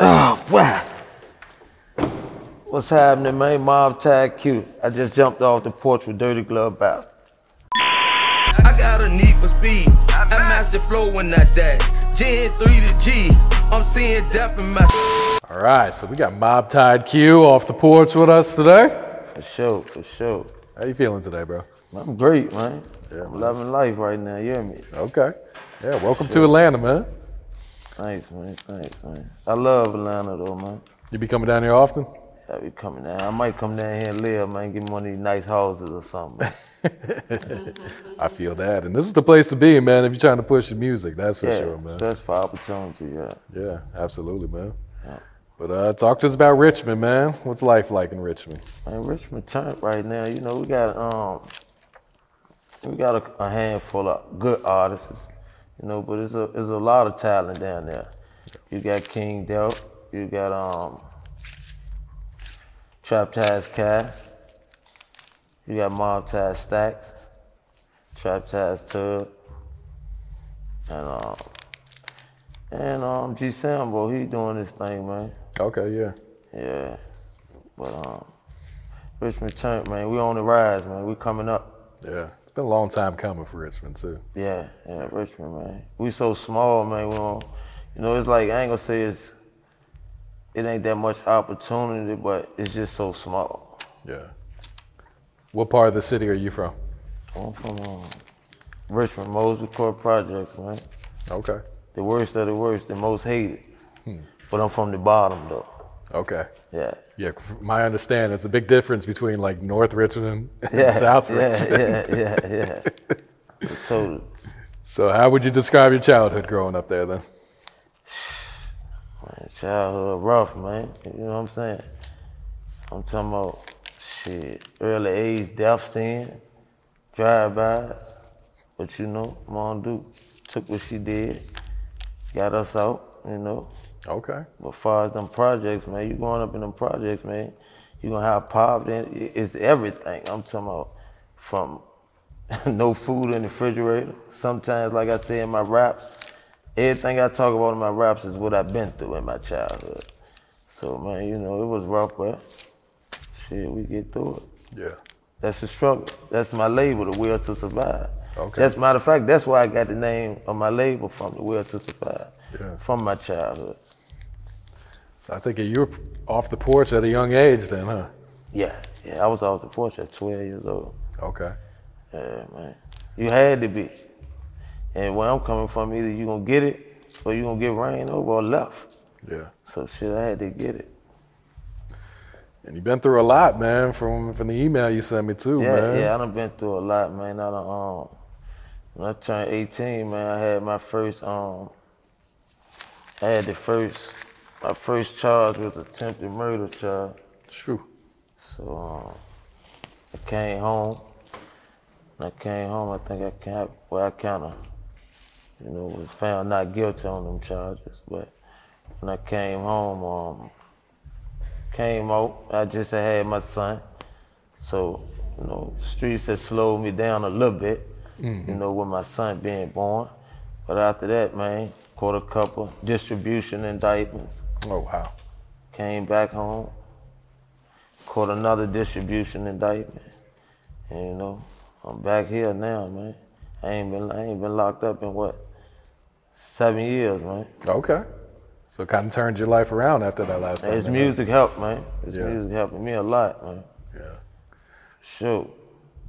Oh, wow. What's happening, man? Mob Tag Q. I just jumped off the porch with Dirty Glove Bastard. I got a need for speed. I master flow when I dash. Gen 3 to G. I'm seeing death in my. All right, so we got Mob Tide Q off the porch with us today. For sure, for sure. How you feeling today, bro? I'm great, man. I'm loving life right now. You hear me? Okay. Yeah, welcome to Atlanta, man. Thanks, man. Thanks, man. I love Atlanta, though, man. You be coming down here often? I be coming down. I might come down here and live, man. Get me one of these nice houses or something. man. I feel that. And this is the place to be, man, if you're trying to push your music, that's for yeah, sure, man. That's for opportunity, yeah. Yeah, absolutely, man. But uh, talk to us about Richmond, man. What's life like in Richmond? Man, Richmond turned right now. You know, we got um, we got a, a handful of good artists. You know, but it's a it's a lot of talent down there. You got King Delp. You got um, Trap Taz Cat. You got Mob Taz Stacks. Trap Taz Tub. And um, and um, G Sambo. He doing his thing, man. Okay, yeah. Yeah. But um Richmond Tank, man, we on the rise, man. We coming up. Yeah. It's been a long time coming for Richmond, too. Yeah, yeah, Richmond, man. We so small, man. We on you know, it's like I ain't gonna say it's it ain't that much opportunity, but it's just so small. Yeah. What part of the city are you from? I'm from um, Richmond, Mosby Court Projects, man. Okay. The worst of the worst, the most hated. Hmm. But I'm from the bottom though. Okay. Yeah. Yeah, f- my understanding, it's a big difference between like North Richmond and Yeah. South yeah, Richmond. yeah, yeah, yeah, Totally. So, how would you describe your childhood growing up there then? Man, childhood rough, man. You know what I'm saying? I'm talking about shit, early age, death stand, drive bys. But you know, Mom Duke took what she did, got us out, you know. Okay. But far as them projects, man, you going up in them projects, man, you gonna have poverty. It's everything. I'm talking about from no food in the refrigerator. Sometimes, like I say in my raps, everything I talk about in my raps is what I've been through in my childhood. So, man, you know, it was rough, but shit, we get through it. Yeah. That's the struggle. That's my label, the will to survive. Okay. That's matter of fact, that's why I got the name of my label from the will to survive. Yeah. From my childhood. So, I take it you were off the porch at a young age then, huh? Yeah, yeah, I was off the porch at 12 years old. Okay. Yeah, man. You had to be. And where I'm coming from, either you gonna get it or you gonna get ran over or left. Yeah. So shit, I had to get it. And you've been through a lot, man, from from the email you sent me too, Yeah, man. yeah, I done been through a lot, man. I done, um, when I turned 18, man, I had my first, um, I had the first, my first charge was attempted murder charge. True. So um, I came home. When I came home, I think I can well, I kind of, you know, was found not guilty on them charges. But when I came home, um, came out, I just had had my son. So, you know, streets had slowed me down a little bit, you know, with my son being born. But after that, man, caught a couple distribution indictments Oh wow. came back home, caught another distribution indictment. And you know, I'm back here now, man. I ain't been I ain't been locked up in what seven years, man. Okay. So kind of turned your life around after that last time. It's then, music helped, man. It's Yeah. music helping me a lot, man. huh? Yeah. Shoot.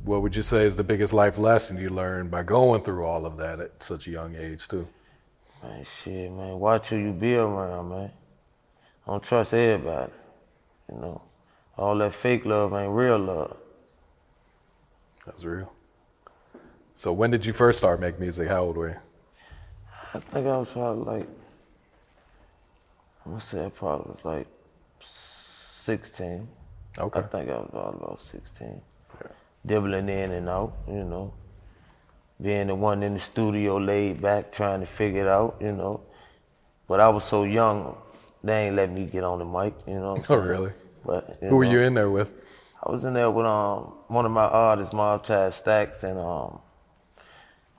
What would you say is the biggest life lesson you learned by going through all of that at such a young age too? Man, shit, man. Watch who you be around, man. Don't trust everybody. You know. All that fake love ain't real love. That's real. So when did you first start making music? How old were you? I think I was probably like I said I probably was like 16. Okay. I think I was all about 16. Dibbling in and out, you know. Being the one in the studio laid back trying to figure it out, you know. But I was so young, they ain't let me get on the mic, you know. what I'm Oh, saying? really? But, Who were know, you in there with? I was in there with um one of my artists, Mob Tide Stacks, and um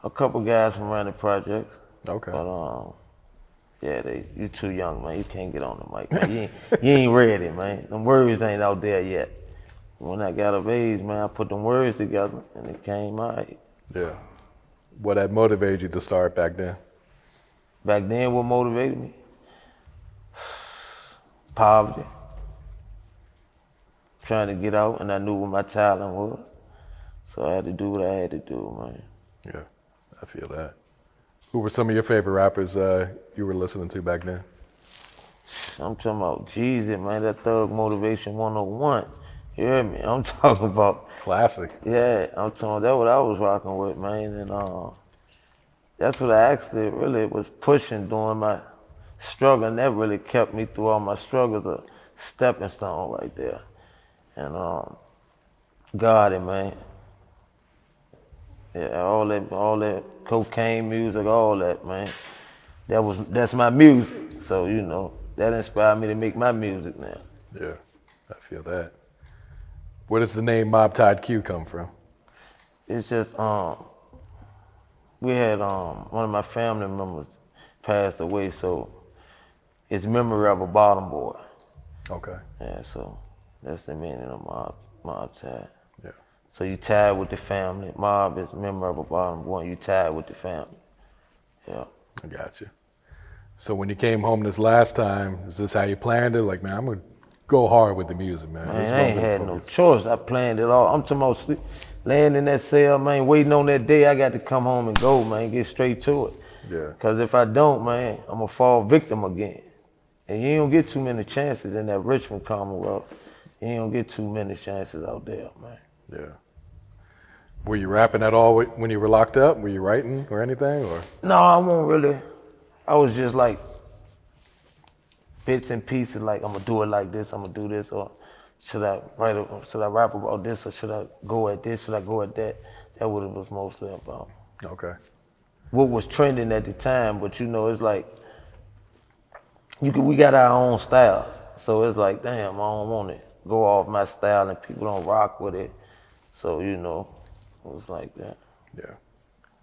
a couple guys from Randy Projects. Okay. But um, yeah, they you too young, man. You can't get on the mic, man. You ain't, you ain't ready, man. Them words ain't out there yet. When I got of age, man, I put them words together and it came out. Yeah. What had motivated you to start back then? Back then, what motivated me? Poverty. Trying to get out, and I knew what my talent was. So I had to do what I had to do, man. Yeah, I feel that. Who were some of your favorite rappers uh, you were listening to back then? I'm talking about Jeezy, man. That Thug Motivation 101. You hear me? I'm talking about, Classic. yeah, I'm talking That's what I was rocking with, man. And uh, that's what I actually really was pushing during my struggle. And that really kept me through all my struggles, a stepping stone right there. And um, God, it, man. Yeah, all that, all that cocaine music, all that, man. That was, that's my music. So you know, that inspired me to make my music now. Yeah, I feel that. Where does the name Mob Tide Q come from? It's just, um, we had um one of my family members passed away, so it's memory of a bottom boy. Okay. Yeah, so that's the meaning of mob, mob tie. Yeah. So you tied with the family. Mob is member of a bottom boy. You tied with the family. Yeah. I got you. So when you came home this last time, is this how you planned it? Like, man, I'm gonna go hard with the music, man. This Man, is I what I'm ain't gonna had no focus. choice. I planned it all. I'm talking about sleep, laying in that cell, man, waiting on that day I got to come home and go, man, get straight to it. Yeah. Because if I don't, man, I'm going to fall victim again. And you don't get too many chances in that Richmond Commonwealth. You don't get too many chances out there, man. Yeah. Were you rapping at all wh- when you were locked up? Were you writing or anything? Or No, I won't really. I was just like bits and pieces. Like I'm gonna do it like this. I'm gonna do this, or should I write? A, should I rap about this, or should I go at this? Should I go at that? That what it was mostly about. okay. What was trending at the time, but you know, it's like you can, we got our own styles. So it's like, damn, I don't want to go off my style, and people don't rock with it. So you know, it was like that. Yeah.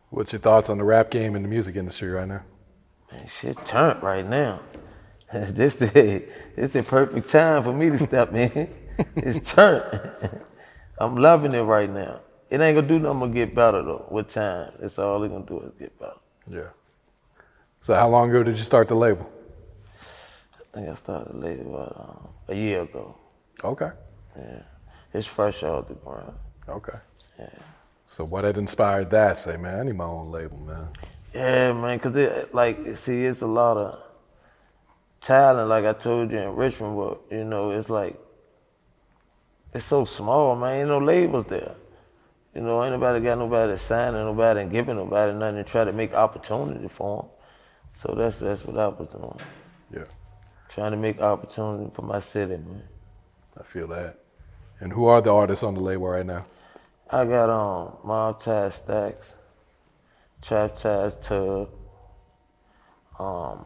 What's your thoughts on the rap game and the music industry right now? Man, shit turned right now. This the this the perfect time for me to step in. it's turned. I'm loving it right now. It ain't gonna do nothing but get better though. With time, that's all it gonna do is get better. Yeah. So how long ago did you start the label? I think I started late about um, a year ago. Okay. Yeah, it's fresh out the ground. Okay. Yeah. So what had inspired that? Say, man, I need my own label, man. Yeah, man, cause it like see, it's a lot of talent, like I told you in Richmond, but you know, it's like it's so small, man. Ain't no labels there. You know, ain't nobody got nobody signing nobody and giving nobody nothing to try to make opportunity for them. So that's that's what I was doing, Yeah. trying to make opportunity for my city, man. I feel that. And who are the artists on the label right now? I got um Mob Tide Stacks, Trap Ties Tub, um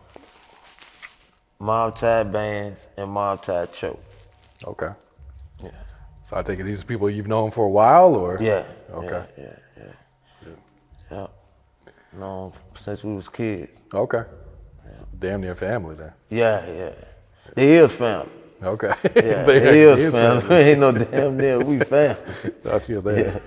Mob Tide Bands, and Mob Tide Choke. Okay. Yeah. So I take it these are people you've known for a while, or Yeah. Okay. Yeah, yeah, yeah. Yeah. No, since we was kids. Okay. So damn near family then. Yeah, yeah. They is family. Okay. Yeah, They they, actually is, is family. family. Ain't no damn near we family. I feel that.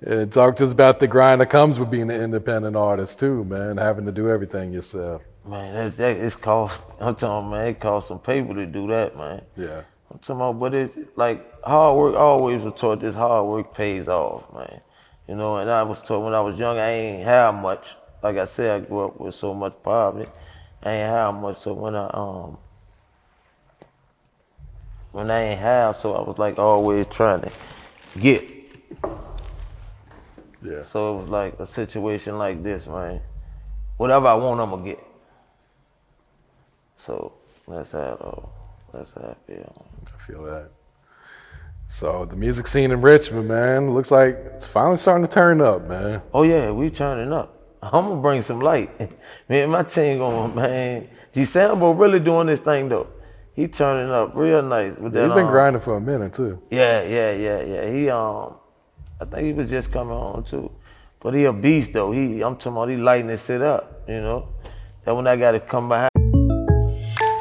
And talk to us about the grind that comes with being an independent artist too, man. Having to do everything yourself. Man, that, that it's cost. I'm talking, man, it cost some paper to do that, man. Yeah. I'm talking about, but it's like hard work. I always was taught this hard work pays off, man. You know, and I was taught when I was young, I ain't have much. Like I said, I grew up with so much poverty. I ain't have much, so when I um, when I ain't have, so I was like always trying to get. Yeah. So it was like a situation like this, man. Whatever I want, I'ma get. So that's how it all. That's how I feel. I feel that. So the music scene in Richmond, man, looks like it's finally starting to turn up, man. Oh yeah, we turning up. I'm gonna bring some light. man, my team going, man. G Sambo really doing this thing though. He turning up real nice with that. He's been um, grinding for a minute too. Yeah, yeah, yeah, yeah. He um, I think he was just coming home too, but he a beast though. He, I'm talking about he lighting this shit up. You know, that when I got to come behind.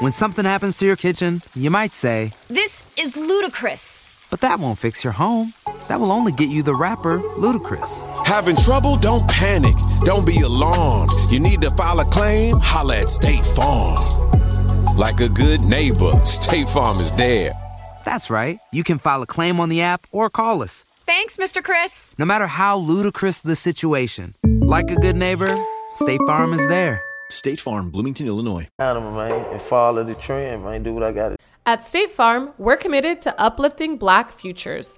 When something happens to your kitchen, you might say, This is ludicrous. but that won't fix your home. That will only get you the rapper, Ludacris. Having trouble? Don't panic. Don't be alarmed. You need to file a claim? Holla at State Farm. Like a good neighbor, State Farm is there. That's right. You can file a claim on the app or call us. Thanks, Mr. Chris. No matter how ludicrous the situation, like a good neighbor, State Farm is there. State Farm, Bloomington, Illinois. him, man, and follow the trend, man. Do what I got to At State Farm, we're committed to uplifting black futures.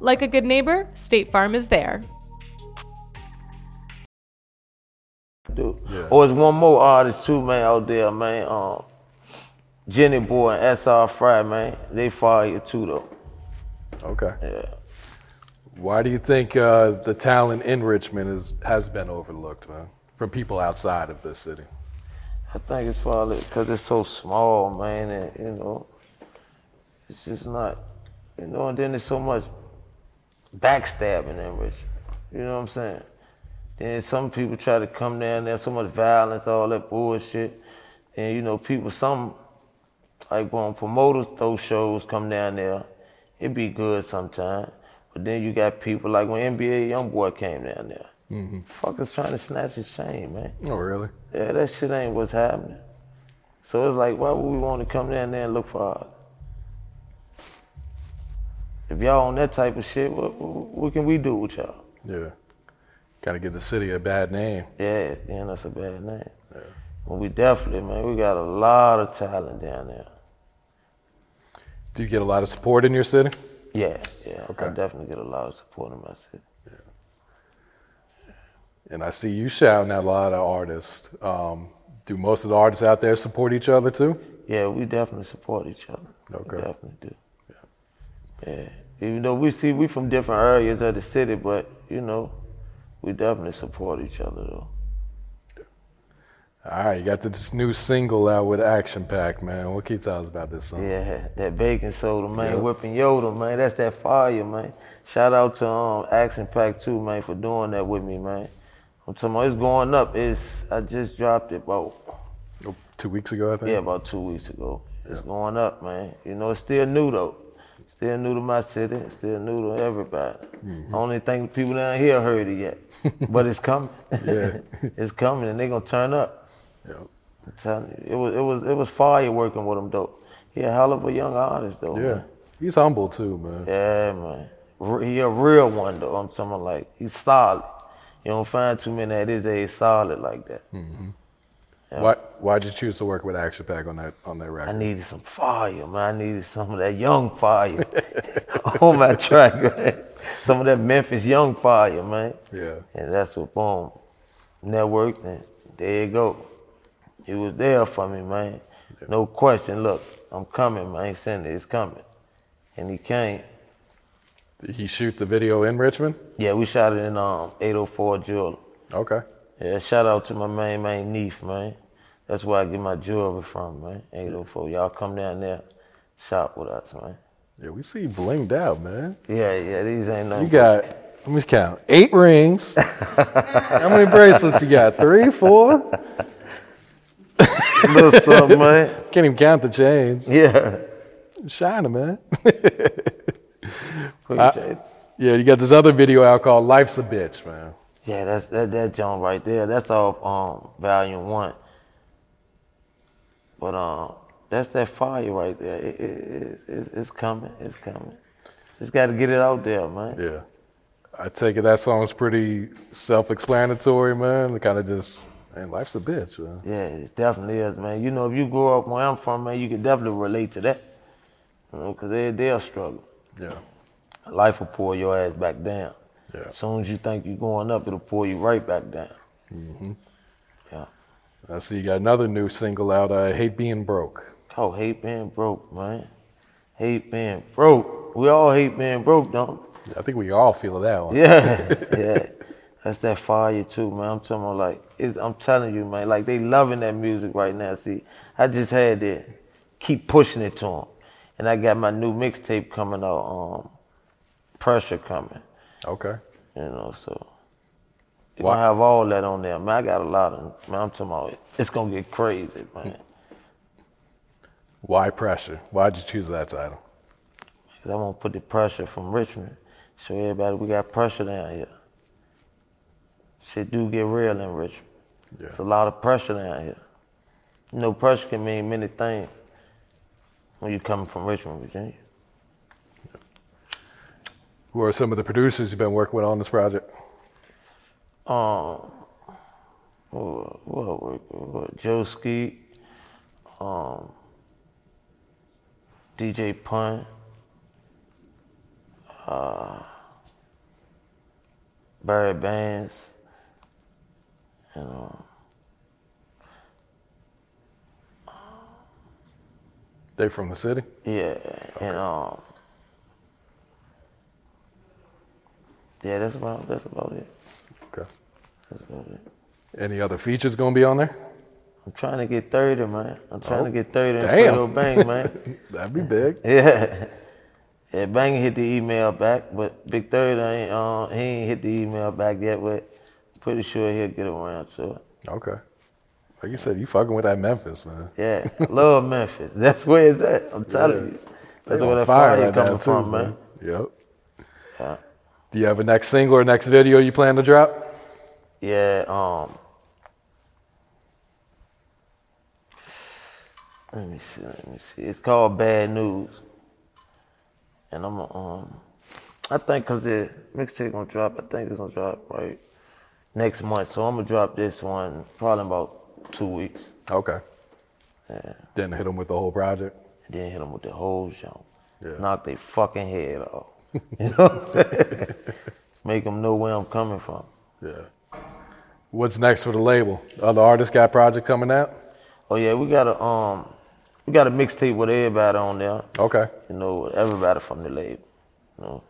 Like a good neighbor, State Farm is there. do. Or it's one more artist too, man, out there, man. Um, Jenny Boy and SR Fry, man. They follow you too, though. Okay. Yeah. Why do you think uh, the talent in Richmond is has been overlooked, man, from people outside of this city? I think it's probably because it's so small, man, and you know, it's just not, you know. And then there's so much backstabbing in Richmond. You know what I'm saying? Then some people try to come down there. So much violence, all that bullshit, and you know, people. Some like when promoters throw shows, come down there. It be good sometimes, but then you got people like when NBA YoungBoy came down there. Fuckers trying to snatch his chain, man. Oh, really? Yeah, that shit ain't what's happening. So it's like, why would we want to come down there and look for ours? If y'all on that type of shit, what, what, what can we do with y'all? Yeah. Got to give the city a bad name. Yeah, then that's a bad name. Well, we definitely, man, we got a lot of talent down there. Do you get a lot of support in your city? Yeah, yeah. I Okay. definitely get a lot of support in my city. And I see you shouting out a lot of artists. Um, do most of the artists out there support each other too? Yeah, we definitely support each other. Okay. We definitely do. Yeah. Even though we see we from different areas of the city, but you know, we definitely support each other though. All right, you got this new single out with Action Pack, man. What can you tell us about this song? Yeah, that baking soda, man. Yep. Whipping Yoda, man. That's that fire, man. Shout out to um, Action Pack too, man, for doing that with me, man. I'm talking about it's going up. It's I just dropped it about Oh, Two weeks ago, I think. yeah about two weeks ago. It's going up, man. You know, it's still new though. Still new to my city. Still new to everybody. Mm-hmm. Only thing people down here heard it yet, but it's coming. Yeah. it's coming, and they gonna turn up. Yep. I'm telling you, it was it was it was fire working with him though. He a hell of a young artist though. Yeah. man. He's humble too, man. Yeah, man. Re- He a real one though. I'm talking like he's solid. You don't find too many at his age solid like that. Why Why'd you choose to work with Action Pack on that on that I record? needed some fire, man. I needed some of that young fire on my track. man. some of that Memphis young fire, man. Yeah. And that's what boom networked and there you go. He was there for me, man. No question. Look, I'm coming, man. He said it's coming, and he came. Did he shoot the video in Richmond? Yeah, we shot it in um 804 Jewel. Okay. Yeah, shout out to my main man Neef, man. That's where I get my jewelry from, man. 804. Y'all come down there, shop with us, man. Yeah, we see you blinged out, man. Yeah, yeah, these ain't no You got let me count. Eight rings. How many bracelets you got? Three, four? little something, man. Can't even count the chains. Yeah. Shining, man. Appreciate it. yeah, you got this other video out called Life's a Bitch, man. Yeah, that's that that joint right there. That's off um volume one. But um that's that fire right there. It, it, it, it's, it's coming. It's coming. Just got to get it out there, man. Yeah. I take it that song's pretty self-explanatory, man. Kind of just, man, life's a bitch, man. Yeah, it definitely is, man. You know, if you grow up where I'm from, man, you can definitely relate to that. You know, because they, they'll struggle. Yeah. Life will pull your ass back down. Yeah. As soon as you think you're going up, it'll pull you right back down. Mm-hmm. Yeah. I see you got another new single out. I hate being broke. Oh, hate being broke, man. Hate being broke. We all hate being broke, don't we? I think we all feel that one. Yeah, yeah. That's that fire too, man. I'm talking about like it's, I'm telling you, man. Like they loving that music right now. See, I just had that. Keep pushing it to them, and I got my new mixtape coming out. Um, pressure coming. Okay. You know, so you Why- gonna have all that on there, man. I got a lot of man. I'm talking about it's gonna get crazy, man. Why pressure? Why'd you choose that title? Cause I want to put the pressure from Richmond. Show everybody we got pressure down here. Shit do get real in Richmond. Yeah. It's a lot of pressure down here. You know, pressure can mean many things when you coming from Richmond, Virginia. Who are some of the producers you've been working with on this project? Um, what, what, what, what, Joe Skeet, um, DJ Punt, uh, Barry Bands, and um, They from the city? Yeah, and um, yeah, that's about that's about it. Okay. That's about it. Any other features gonna be on there? I'm trying to get thirty, man. I'm trying Oh, to get thirty in damn. Fredo Bang, man. That'd be big. yeah, yeah. Bang hit the email back, but Big Third ain't um he ain't hit the email back yet, but pretty sure he'll get around to it. Okay. Like you said, you fucking with that Memphis, man. Yeah, love Memphis. That's where it's at. I'm telling Yeah. you, that's They where on that fire, right now, coming too, from, man. Yep. Yeah. Do you have a next single or next video you plan to drop? Yeah, um. Let me see, let me see. It's called Bad News. And I'm gonna, um I think cause the mixtape gonna drop, I think it's gonna drop right next month. So I'm gonna drop this one probably in about two weeks. Okay. Yeah. Then hit them with the whole project. And then hit them with the whole show. Yeah. Knock their fucking head off. You know what I'm saying? Make them know where I'm coming from. Yeah. What's next for the label? Other artists got project coming out? Oh yeah, we got a um, we got a mixtape with everybody on there. Okay. You know, everybody from the label. You know,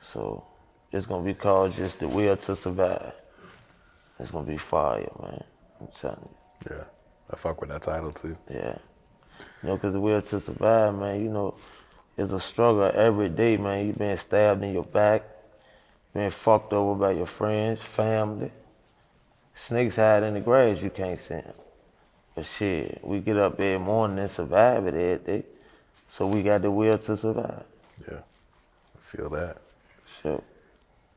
so it's gonna be called just the will to survive. It's gonna be fire, man. I'm telling Yeah. I fuck with that title too. you, yeah. You know, 'cause the will to survive, man. You know, it's a struggle every day, man. You being stabbed in your back, being fucked over by your friends, family. Snakes hide in the grass. You can't see 'em. But shit, we get up every morning and survive it every day. So we got the will to survive. Yeah. I feel that. So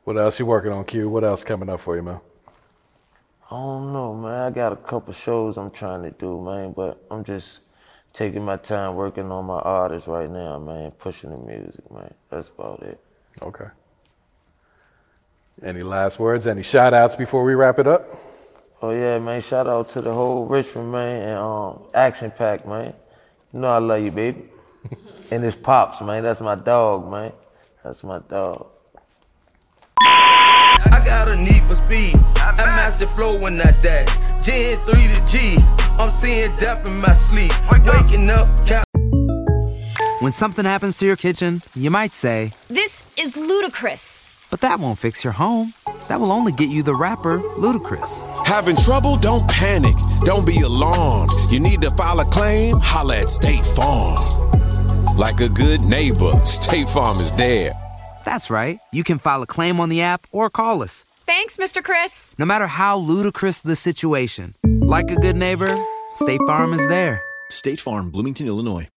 What else you working on, Q? What else coming up for you, man? I don't know, man. I got a couple shows I'm trying to do, man, but I'm just taking my time working on my artists right now, man, pushing the music, man. That's about it. Okay. Any last words? Any shout outs before we wrap it up? Oh yeah, man. Shout out to the whole Richmond man and um Action Pack, man. You know I love you, baby. and it's Pops, man. That's my dog, man. That's my dog. I got a need for speed. I master flow when I dash. Gen 3 to G. I'm seeing death in my sleep. Waking up, count. When something happens to your kitchen, you might say, This is ludicrous. but that won't fix your home. That will only get you the rapper, Ludacris. Having trouble? Don't panic. Don't be alarmed. You need to file a claim? Holla at State Farm. Like a good neighbor, State Farm is there. That's right. You can file a claim on the app or call us. Thanks, Mr. Chris. No matter how ludicrous the situation, like a good neighbor, State Farm is there. State Farm, Bloomington, Illinois.